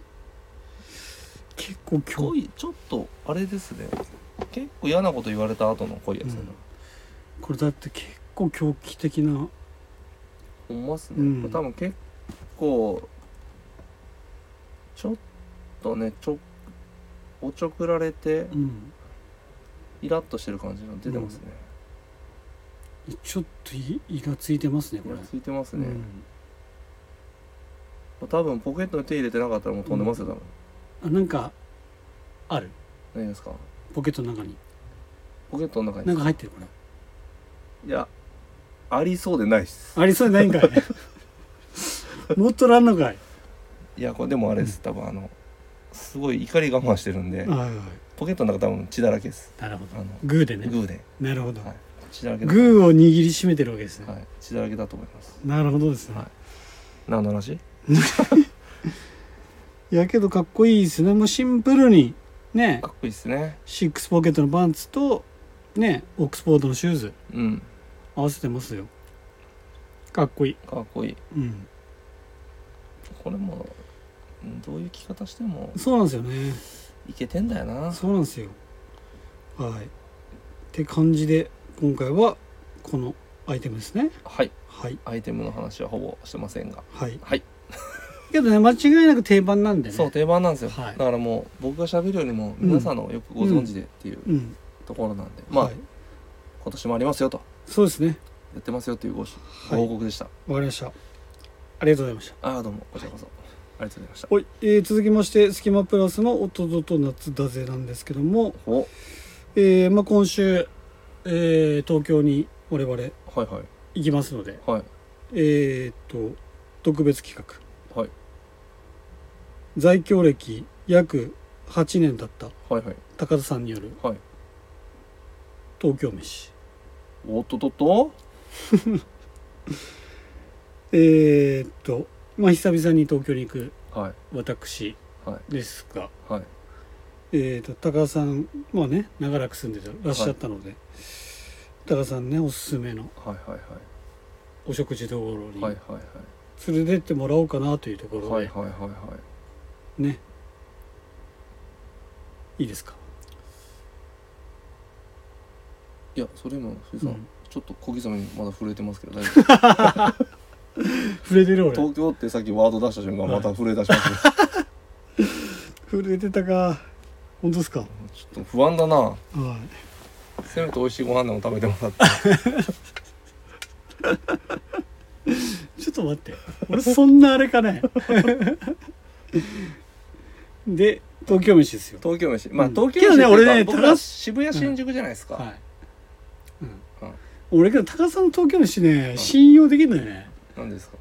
S1: 結構今
S2: 濃
S1: 日
S2: いちょっとあれですね結構嫌なこと言われた後の濃いやつだな、
S1: これだって結構狂気的な
S2: 思いますね、
S1: うん
S2: これ多分結構ちょっとねちょおちょくられて
S1: うん
S2: イラッとしてる感じが出てますね、
S1: ちょっといイラついてますねこ
S2: い
S1: れ
S2: やついてますね、
S1: うん
S2: 多分ポケットに手入れてなかったらもう飛んでますよ多分、
S1: あなんかある
S2: 何ですか
S1: ポケットの中に
S2: ポケットの中
S1: なん
S2: に
S1: か入ってるこれ
S2: いやありそうでないっす
S1: ありそうでないんか いもっとらんのかい
S2: いやこれでもあれです多分あのすごい怒り我慢してるんで
S1: はいはい
S2: ポケットの中多分血だらけです
S1: なるほど
S2: あの
S1: グーでね
S2: グーで、
S1: なるほど
S2: はい、血だらけだ、
S1: グーを握りしめてるわけですね
S2: はい、血だらけだと思います
S1: なるほどですね
S2: はい何の話
S1: いやけどかっこいいですねもうシンプルにね
S2: かっこいいですね
S1: シックスポケットのパンツとねオックスフォードのシューズ
S2: うん
S1: 合わせてますよかっこいい
S2: かっこいい
S1: うん
S2: これもうんどういう着方しても
S1: そうなんですよね
S2: いけてんだよな
S1: そうなんですよはいって感じで今回はこのアイテムですね
S2: はい
S1: はい
S2: アイテムの話はほぼしてませんが
S1: はい
S2: はい
S1: けどね間違いなく定番なんでね
S2: そう定番なんですよ、
S1: はい
S2: だからもう僕が喋るよりも皆さんのよくご存知でっていう
S1: うん
S2: ところなんで、まあ、
S1: はい、
S2: 今年もありますよと
S1: そうですね
S2: やってますよというご,、
S1: い
S2: ご報告でした
S1: わかりましたありがとうございました
S2: ああどうもこちらこそ、ありがとうございました
S1: はい、えー続きまして「スキマプラスの弟と夏だぜ」なんですけども、
S2: お
S1: えーまあ、今週、えー東京に我々行
S2: はいはい
S1: きますので
S2: はい
S1: えーっと特別企画
S2: はい
S1: 在京歴約8年だった
S2: はいはい
S1: 高田さんによる
S2: はい
S1: 東京飯
S2: おっとっとっと
S1: えーっとまあ久々に東京に行く
S2: はい
S1: 私
S2: は
S1: ですが、
S2: いはい
S1: えー、と高田さんまあね長らく住んでらっしゃったので、高田さんねおすすめの
S2: はいはいはい
S1: お食事どころに
S2: はいはいはい
S1: 連れてってもらおうかなというところで、
S2: はいはいはい
S1: い、
S2: はい
S1: ですか、
S2: いいやそれも藤井さ
S1: う
S2: ん、
S1: ん
S2: ちょっと小刻みにまだ震え てますけど大丈夫
S1: 触れてる俺
S2: 東京ってさっきワード出した瞬間また震え出 しますけど
S1: 触れてたか本当ですかは
S2: ちょっと不安だないせめて美味しいご飯でも食べてもらって
S1: ちょっと待って俺そんなあれか ねで 東京飯ですよ
S2: 東京飯まあ
S1: うん
S2: 東
S1: け
S2: 京飯
S1: どね
S2: っていうか
S1: 俺ね
S2: 僕
S1: 高
S2: ら
S1: 橋
S2: 渋谷新宿じゃないですか、
S1: はい、う
S2: うん
S1: ん、俺けど高田さんの東京飯ね
S2: い
S1: 信用できるんだよね
S2: なんですか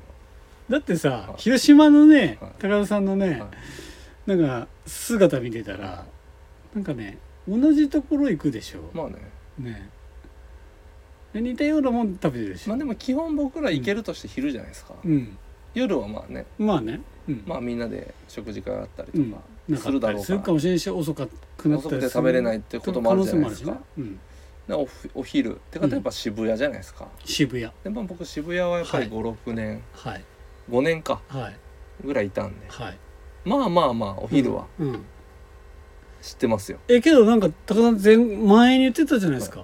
S1: だってさ、
S2: はい
S1: 広島のね、
S2: はい
S1: 高田さんのね、
S2: は
S1: なんか姿見てたらなんかね同じところ行くでしょ、
S2: まあね
S1: ねで似たようなもん食べてるでしょ、
S2: まあでも基本僕ら行けるとして昼じゃないですか、
S1: うん
S2: 夜はまあね
S1: まあね、うん
S2: まあみんなで食事会あったりと
S1: うん
S2: か、
S1: なか
S2: す
S1: っ
S2: る
S1: た
S2: だ
S1: り
S2: ろう
S1: す
S2: か
S1: るからもしれないし遅かくなった
S2: 遅く
S1: り
S2: て
S1: する
S2: 食べれないってこともあるじゃないです
S1: 可能性もあ
S2: か
S1: るしねうん、
S2: でおふお昼って方やっぱ渋谷じゃないですか、
S1: 渋谷
S2: でまあ僕渋谷はやっぱり
S1: はい
S2: 56年、
S1: はい
S2: 5年か
S1: はい
S2: ぐらいいたんで
S1: はい
S2: まあまあまあお昼は
S1: うん
S2: 知ってますよ、
S1: えけどなんか高田さん前前に言ってたじゃないですか、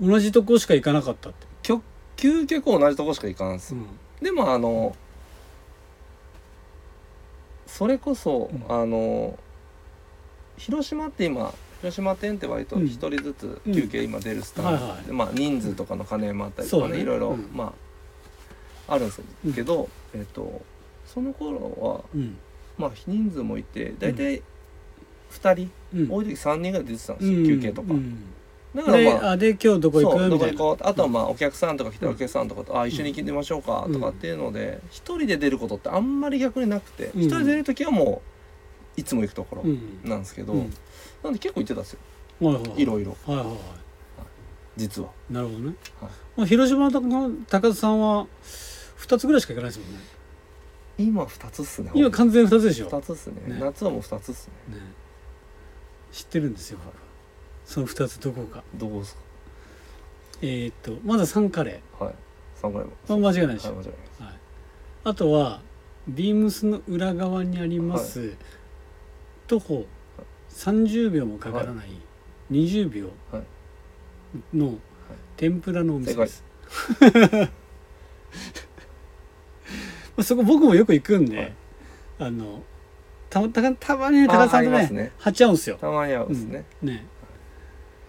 S1: 同じとこしか行かなかったって、
S2: きょ究極同じとこしか行かんす、
S1: うん
S2: でもあのそれこそ、
S1: うん
S2: あの広島って今広島店って割と
S1: うん
S2: 一人ずつ休憩今出るスタ
S1: はい
S2: イル、
S1: はい
S2: でまあ人数とかの兼ね合いもあったりと
S1: そ
S2: か
S1: うだ
S2: ね
S1: ね
S2: いろいろ、
S1: うん
S2: まああるんですけど、えっとその頃は
S1: うん
S2: まあ人数もいて大体2人、
S1: うん
S2: 多い時3人ぐらい出てたんで
S1: う
S2: すよ、
S1: ん
S2: 休憩とか、
S1: うん
S2: だか
S1: で
S2: らまあ
S1: あで今日どこ行
S2: そ
S1: く
S2: うど
S1: み
S2: こ
S1: たい
S2: 行
S1: な
S2: こうあとはまあお客さんとか来たらお客さんとかと、あ一緒に行きましょうかとかっていうので一、人で出ることってあんまり逆になくて
S1: うん
S2: 一、人で出る時はもういつも行くところ
S1: うん
S2: なんですけど、
S1: うん
S2: なんで結構行ってたんですよ
S1: はいはいはい
S2: いろいろ
S1: はいはいは
S2: 実は。
S1: いなるほどね、
S2: はい
S1: まあ、広島の高田さんは2つぐらいしか行かないですもんね
S2: 今2つっすね
S1: 今完全に2つでしょ、
S2: 2つっすね
S1: ね
S2: 夏はもう2つっすね
S1: ね、知ってるんですよ僕その2つどこか
S2: どうです
S1: えーっとまずはサンカレ
S2: かはい3回も
S1: ー、まあ、間違いないでしょ、
S2: はい間違いない
S1: はいあとはビームスの裏側にあります、徒歩30秒もかからない20秒
S2: はい
S1: の天ぷらのお店です、 まあそこ僕もよく行くんで、
S2: はい
S1: あのたたたまにね高田さんと
S2: あありま
S1: ね
S2: すね
S1: はっちゃうんですよ
S2: たまに合うんですね、
S1: うんね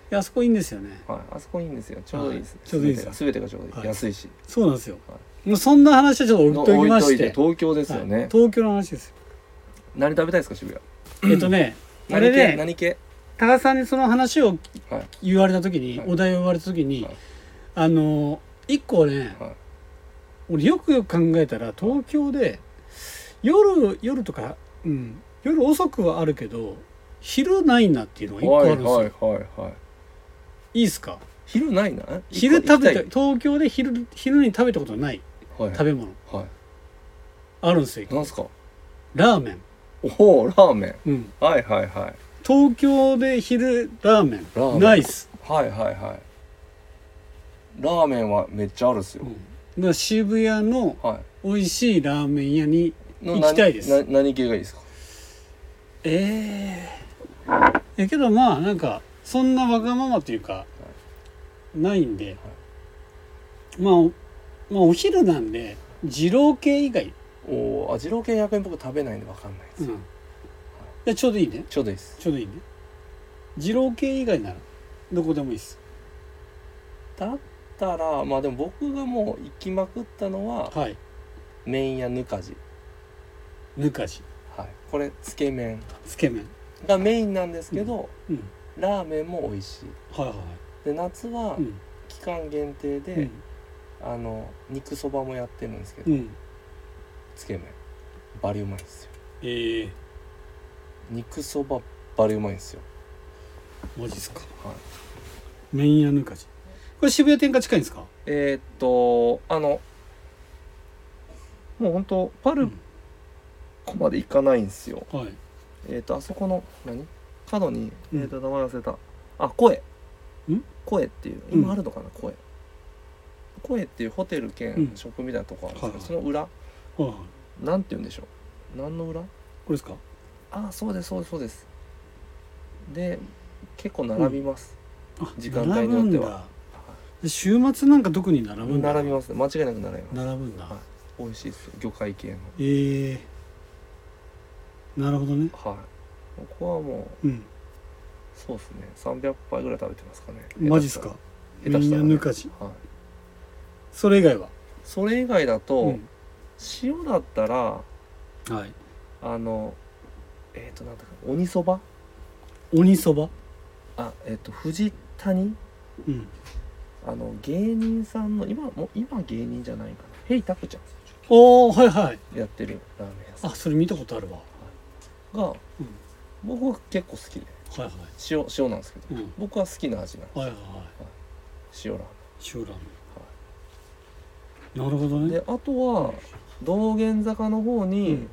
S1: いやあそこいいんですよね
S2: はいあそこいいんですよちょうどいいですね、
S1: はいちょうどいいですよ
S2: すべてがちょうどいい、
S1: はい
S2: 安いし
S1: そうなんですよ、
S2: は
S1: もうそんな話はちょっと置いときまして
S2: て東京ですよね、
S1: はい東京の話ですよ
S2: 何食べたいですか渋谷
S1: えっとね、あれ
S2: 何系
S1: ね、
S2: 何系
S1: 多賀さんにその話を
S2: はい
S1: 言われた時に、
S2: はい
S1: お題を言われた時に、
S2: はい
S1: あの一個ね、
S2: はい
S1: 俺よくよく考えたら東京で夜夜とか、うん、夜遅くはあるけど昼ないなっていうのが一個あ
S2: はい
S1: るん
S2: は
S1: で
S2: い
S1: すよ、、
S2: はいいはい
S1: いですか
S2: 昼ないな
S1: 昼食べて
S2: 一
S1: 東京で昼昼に食べたことない
S2: 個行きた
S1: 食
S2: い
S1: べ物
S2: はいは
S1: あるんですよ
S2: いなんすか
S1: ラーメン、
S2: おおラーメン
S1: うん、
S2: はいはいはい
S1: 東京で昼ラーメン
S2: ラーメン
S1: ないっす、
S2: はいはいはいラーメンはめっちゃあるっすよ
S1: う、ん、だから渋谷の
S2: は
S1: 美味しいラーメン屋に
S2: いの
S1: 行きたいです
S2: な何系がいいですか
S1: ええやけどまあなんかそんなわがままというかないんで、まあおまあお昼なんで二郎系以外、
S2: おお味郎系100円僕食べないんで分かんないです、
S1: うん、でちょうどいいね
S2: ちょうどいいです
S1: ちょうどいいね二郎系以外ならどこでもいいです
S2: だったらまあでも僕がもう行きまくったのは
S1: はい
S2: 麺屋ぬかじ
S1: ぬかじ
S2: はいこれつけ麺
S1: つけ麺
S2: がメインなんですけど、
S1: うん
S2: ラーメンも美味しい
S1: はいはいは
S2: で夏はい
S1: うん
S2: 期間限定で、
S1: うん
S2: あの肉そばもやってるんですけど、
S1: うん
S2: つけ麺バリうまいんですよ
S1: ええ
S2: 肉そばバリうまいんですよ
S1: マジっすか
S2: はい
S1: 麺屋ぬかじこれ渋谷店が近いんですか
S2: えーっとあのもうほんとパルコまで行かないんですよ、
S1: はい
S2: えーっとあそこの何角に、
S1: うん
S2: えーっと名前忘れたあ声
S1: ん
S2: 声っていう
S1: うん
S2: 今あるのかな、声声っていうホテル
S1: う
S2: 兼
S1: ん
S2: ショップみたいなとこあるんですけど、
S1: は
S2: その裏
S1: はいはい
S2: なんて言うんでしょう何の裏
S1: これですか
S2: ああそうですそうですそうですで結構並びます、
S1: あ
S2: 時間帯によっては
S1: 並ぶんだ週末なんか特に並ぶんだ
S2: 並びますね間違いなく並びます
S1: 並ぶんだ、
S2: はい美味しいですよ魚介系の
S1: えー、なるほどね
S2: はいここはもう
S1: うん
S2: そうですね300杯ぐらい食べてますかね
S1: マジっすか
S2: 下手したら
S1: 麺屋ぬかじ
S2: はい、
S1: それ以外は
S2: それ以外だと、
S1: うん
S2: 塩だったら
S1: はい
S2: あのえっ、となんだか鬼そば
S1: 鬼そば
S2: あえっ、と藤谷
S1: うん
S2: あの芸人さんの今もう今芸人じゃないかなヘイタクちゃん
S1: おおはいはい
S2: やってるラーメン屋さ
S1: あそれ見たことあるわは
S2: んが、
S1: うん
S2: 僕は結構好きで
S1: いは
S2: 塩塩なんですけど
S1: い、うん、
S2: 僕は好きな味なんです
S1: はいはい
S2: 塩ラー
S1: 塩ラーメンなるほど
S2: メンで
S1: ね
S2: あとは道玄坂の方に、
S1: うん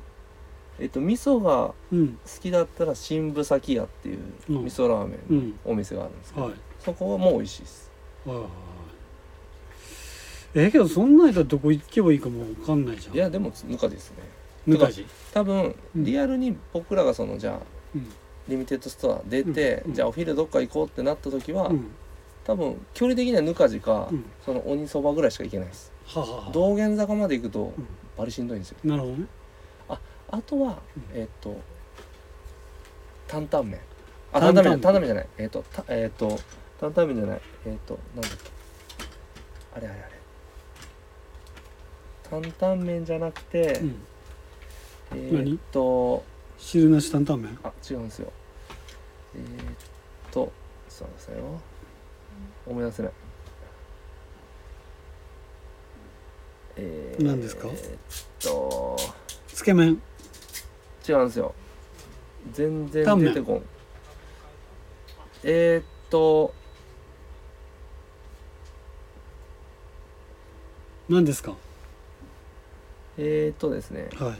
S2: えっと味噌が
S1: うん
S2: 好きだったら新ぶさき屋っていう味
S1: うん
S2: 噌ラーメン
S1: う
S2: の
S1: ん
S2: お店があるんですけど、
S1: はい
S2: そこはもう美味しいです
S1: はいはいはいえー、けどそんなんやったらどこ行けばいいかもわかんないじゃん
S2: いやでもぬかですね
S1: ぬかじ
S2: 多分
S1: うん
S2: リアルに僕らがそのじゃあ
S1: うん
S2: リミテッドストア出て、
S1: うん
S2: じゃあお昼どっか行こうってなった時は、
S1: うん
S2: 多分距離的にはぬかじか、
S1: うん
S2: その鬼そばぐらいしか行けないです
S1: ははは
S2: 道玄坂まで行くと
S1: うん
S2: バリしんどいんですよ
S1: なるほどね
S2: あとは、えっと担々麺あ
S1: 担
S2: 担
S1: 々
S2: 々
S1: 麺
S2: 麺担々麺じゃないえっ、とたえっ、と担々麺じゃないえっ、となんだっけあれあれあれ担々麺じゃなくて、
S1: うん
S2: えっ、
S1: 何
S2: と
S1: 汁なし担々麺
S2: あ違うんですよえっ、とちょっと待ってくださいよ思い出せないえー
S1: 何ですか
S2: えっ、と
S1: つけ麺
S2: 違うんですよ全
S1: タ
S2: 然
S1: ンメン
S2: 出てこんえー、っと
S1: 何ですか
S2: えー、っとですね
S1: は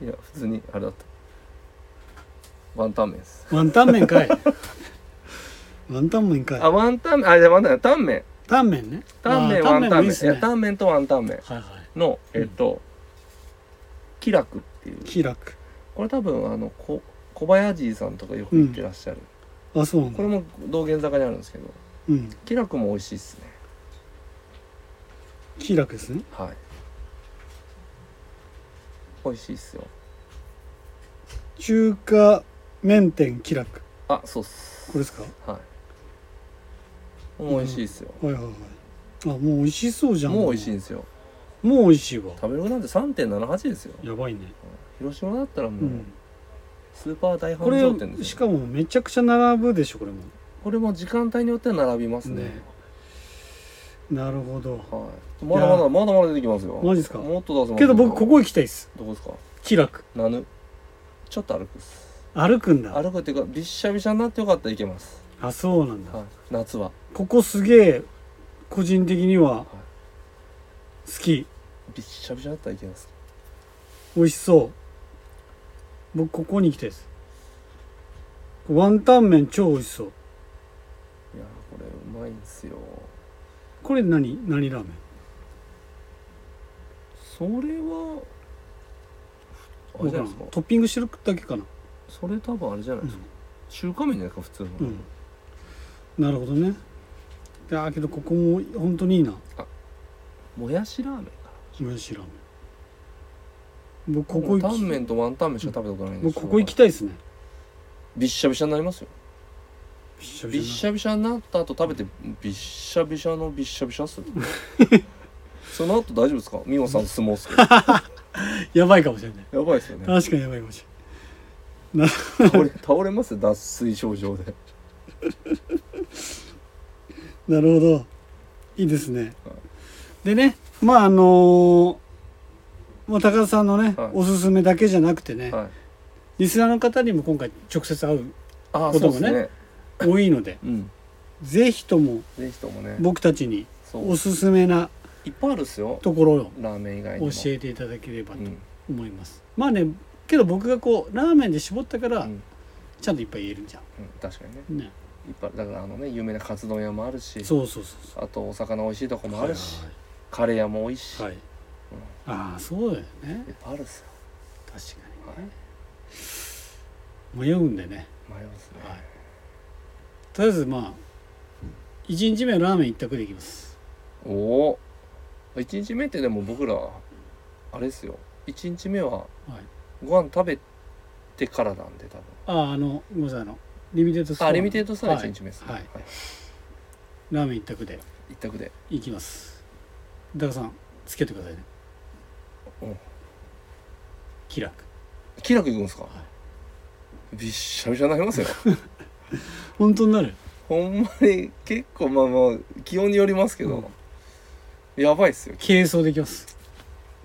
S1: い
S2: いや普通にあれだったワンタン麺です
S1: ワンタン麺 かいワンタン麺かい
S2: あワンタン麺あじゃあワンタンタンメン
S1: タン麺ね
S2: タンメン
S1: あ
S2: ワンタ
S1: も
S2: ン
S1: いい
S2: メ
S1: っ
S2: ン
S1: す
S2: い
S1: ね
S2: やタンメンとワンタンメン
S1: はいはい
S2: のえーっと、気楽っていう
S1: 気楽
S2: これ多分あのこ小林爺さんとかよく行ってらっしゃる、
S1: あそうなん
S2: こ
S1: だ
S2: れも道玄坂にあるんですけど
S1: うん
S2: 気楽も美味しいっすね
S1: 気楽ですね
S2: はい美味しいっすよ
S1: 中華麺店気楽
S2: あそうっす
S1: これですかは
S2: はい。もう美味しいですよ。
S1: いはいはいあもう美味しそうじゃん
S2: もう美味しいん
S1: い
S2: ですよ。
S1: もう美味しいわ
S2: 食べログなんて3.78ですよ。
S1: やばいね
S2: 広島だったら
S1: う
S2: もうんスーパー大繁
S1: こ
S2: 盛店
S1: れ
S2: です
S1: し
S2: よ。
S1: かもめちゃくちゃ並ぶでしょこれも
S2: これも時間帯によっては並びますね。
S1: ねなるほど
S2: はい。まだまだまだまだ出てきますよ。
S1: マジっすか
S2: もっと出せます。
S1: けど僕ここ行きたいっす
S2: どこですか。
S1: 気楽
S2: ナヌ。ちょっと歩くっす
S1: 歩くんだ
S2: 歩くっていうかびっしゃびしゃになってよかったらいけます、
S1: あそうなんだ
S2: はい、夏は
S1: ここすげえ個人的には好き
S2: びっしゃびしゃだったらいけます
S1: 美味しそう僕ここに来てですワンタン麺超美味しそう
S2: いやーこれうまいんですよ
S1: これ何何ラーメ
S2: それはあ
S1: ンわから
S2: れじゃない
S1: ん
S2: ですか
S1: トッピングしてるだけかな
S2: それ多分あれじゃないですか、中華麺じゃないですか普通の、
S1: うんなるほどねいやーけどここも本当にいいな
S2: もやしラーメンか
S1: もやしラーメン僕
S2: な
S1: ここ
S2: タ
S1: 行
S2: ンメ
S1: き
S2: ンとワンタンメンしか食べたことないんで
S1: 僕
S2: す
S1: ここ行きたいですね
S2: びっしゃびしゃになりますよ
S1: びっしょ
S2: びっ
S1: びし
S2: しゃびしゃになった後食べてびっしゃびしゃのびっしゃびしゃっすよ その後大丈夫ですか美穂さん相撲っすけど
S1: ょやばいかもしれない
S2: やばいっすよね
S1: 確かにやばいかもし
S2: 倒れ倒れますよ脱水症状で
S1: れないなるほどいいですねでねまああのーまあ、高田さんのね、
S2: はい
S1: おすすめだけじゃなくてね、
S2: はい
S1: リスナーの方にも今回直接会う
S2: ああ
S1: こ
S2: そ
S1: と
S2: う
S1: も
S2: で
S1: ね
S2: すね
S1: 多いので
S2: うん
S1: ぜひとも
S2: ぜひともね
S1: 僕たちに
S2: そう
S1: おすすめない
S2: っぱいあるっすよ
S1: ところを
S2: ラーメン以外に
S1: 教
S2: も
S1: えていただければ
S2: う
S1: と
S2: ん
S1: 思います、まあねけど僕がこうラーメンで絞ったから、
S2: うん
S1: ちゃんといっぱい言えるんじゃ
S2: うん確かにね
S1: んね
S2: いっぱいだからあのね有名なカツ丼屋もあるし
S1: そうそうそうそ
S2: あとお魚美味しいとこ
S1: う
S2: もあるしカレー屋も美味しい
S1: はいはい、ああそうだよね
S2: いっぱいあるっすよ
S1: 確か
S2: は
S1: にね迷うんでね
S2: 迷うんすね
S1: はいとりあえずまあ1日目はラーメン一択でいきます
S2: おお1日目ってでも僕らあれですよ1日目は
S1: はい
S2: ご飯食べてからなんで多分
S1: あああのごめんなさいあのリミテッドストア
S2: あリミテッドさ
S1: は
S2: ん
S1: い
S2: 1日目ですね
S1: はいラーメン一択で
S2: 一択で
S1: いきますダカさんつけてくださいね
S2: うん
S1: 気楽
S2: 気楽いくんですか、びっしゃびしゃになりますよ
S1: 本当になる
S2: ほんまに結構まあまあ気温によりますけど、やばいっすよ
S1: 軽装でいきます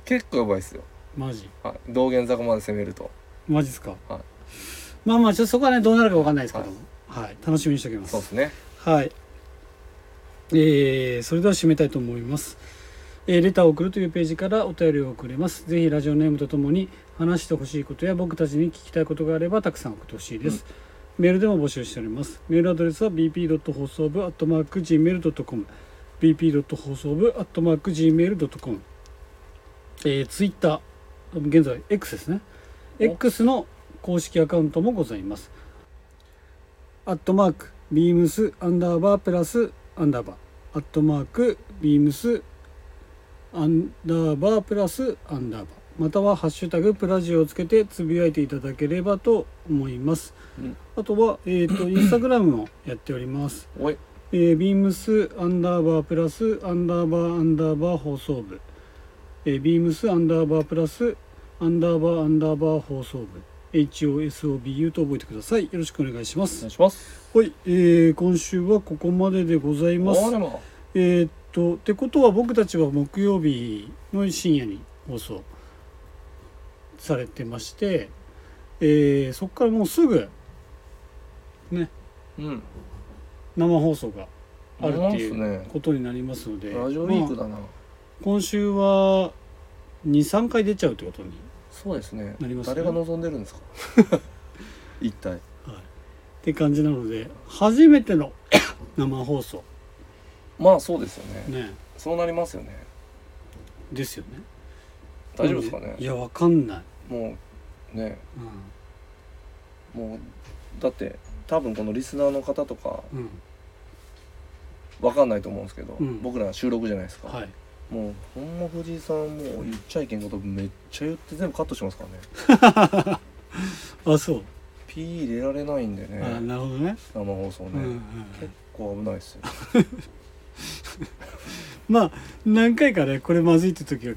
S2: 結構やばいっすよ、
S1: マジ
S2: はい、道玄坂まで攻めると
S1: マジっすか、
S2: はい
S1: まあまあちょっとそこはねどうなるかわかんないですけどもはい、楽しみにしておきます
S2: そうですね
S1: はい。えーそれでは締めたいと思います。えーレターを送るというページからお便りを送れます。ぜひラジオネームとともに話してほしいことや僕たちに聞きたいことがあればたくさん送ってほしいです。メールでも募集しております。メールアドレスは bp. 放送部 .gmail.com bp. 放送部 .gmail.com えー、ツイッター、現在 X ですね。
S2: お
S1: X の公式アカウントもございます。アットマーク、ビームス、アンダーバー、プラス、アンダーバー。アットマーク、ビームス、アンダーバー、プラス、アンダーバー。または、ハッシュタグ、プラジオをつけて、つぶやいていただければと思います。
S2: うん
S1: あとは、えっ、 と、インスタグラムもやっております。
S2: おい
S1: えー、ビームス、アンダーバー、プラス、アンダーバー、アンダーバー、放送部。えー、ビームス、アンダーバー、プラス、アンダーバー、アンダーバー、放送部。HOSOBU と覚えてください。よろしくお願いしま
S2: お
S1: す
S2: 願い。します
S1: はい、えー今週はここまででございます。
S2: あでも
S1: えーっと、ってことは僕たちは木曜日の深夜に放送されてまして、えーそこからもうすぐ
S2: うん
S1: 生放送があるってい
S2: ほんまっ
S1: う
S2: すね
S1: ことになりますので、
S2: ラジオウィーク
S1: まあ
S2: だな、
S1: 今週は2、3回出ちゃうってことに。
S2: そうですね
S1: なりますね
S2: 誰が望んでるん ですか一体
S1: って感じなので初めての 生放送
S2: まあそうですよね
S1: ね
S2: そうなりますよね
S1: ですよね
S2: 大丈夫ですかね
S1: いやわかんない、
S2: もうね
S1: う
S2: もうだって多分このリスナーの方とか
S1: んうん
S2: わかんないと思うんですけど、
S1: うん
S2: 僕ら収録じゃないですか、
S1: はい、
S2: もうほんま藤井さんもう言っちゃいけんことめっちゃ言って全部カットしますからね
S1: あそう、
S2: ピー入れられないんでね
S1: あなるほどね
S2: 生放送ね、
S1: うんうんうん
S2: 結構危ないですよ
S1: まあ何回かねこれまずいって時は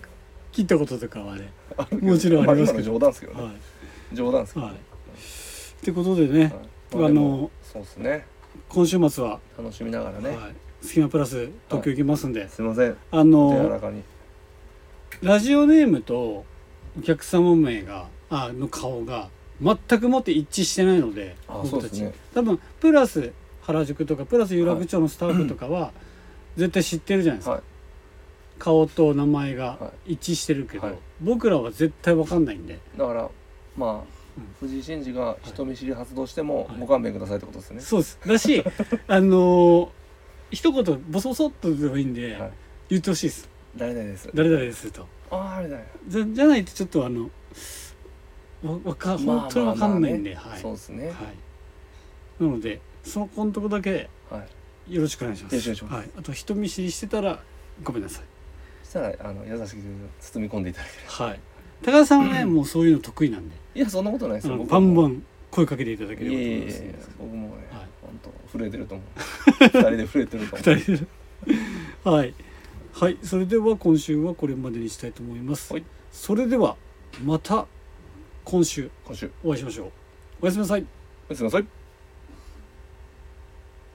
S1: 切ったこととかはね もちろんあります
S2: あ今
S1: けど
S2: の冗談ですけどね、
S1: は
S2: 冗談です
S1: い
S2: けど、
S1: はい
S2: ね
S1: ってことでね
S2: はいま
S1: あ
S2: でも
S1: の
S2: そうですね
S1: 今週末は、
S2: 楽しみながらね、
S1: はい、スキマプラス東京行きますんで、
S2: すいません
S1: あ
S2: 手柔
S1: の
S2: らかに
S1: ラジオネームとお客様名があの顔が全くもって一致してないので
S2: あ
S1: 僕
S2: そう
S1: た
S2: です
S1: ち、
S2: ね
S1: 多分プラス原宿とかプラス有楽町のスタッフとかは、絶対知ってるじゃないですか、
S2: はい
S1: 顔と名前が一致してるけど、
S2: はい
S1: 僕らは絶対わかんないんで、
S2: だからまあ、
S1: うん
S2: 藤井真嗣が人見知り発動しても
S1: はい
S2: ご勘弁くださいってことですね、
S1: そうですだ しあのー一言ボソボソっとでもいいんで、
S2: はい
S1: 言ってほしいです
S2: 誰々です
S1: 「誰々です」と。
S2: あああれだよ、
S1: じゃじゃないとちょっとあのわわか
S2: まあ
S1: 本当にわかんないんで、はい、
S2: そうですね
S1: はい、なのでそこのとこだけ
S2: はい
S1: よろしくお願いします
S2: よろしくお願いしま
S1: は
S2: す
S1: い、あと人見知りしてたらごめんなさい
S2: そしたらあの優しく包み込んでいただける
S1: はい高田さんはね、もうそういうの得意なんで
S2: いやそんなことないですよ
S1: あの
S2: 僕
S1: バ
S2: は
S1: ン
S2: も
S1: バ
S2: う
S1: ン声かけていただければと思い
S2: い
S1: ま
S2: や
S1: す
S2: いやいや僕もね、
S1: はい
S2: 本当震えて ると思う二人で震えてると思う
S1: 二人ではいはいそれでは今週はこれまでにしたいと思います、
S2: はい
S1: それではまた今週
S2: 今週
S1: お会いしましょうおやすみなさい
S2: おやすみなさい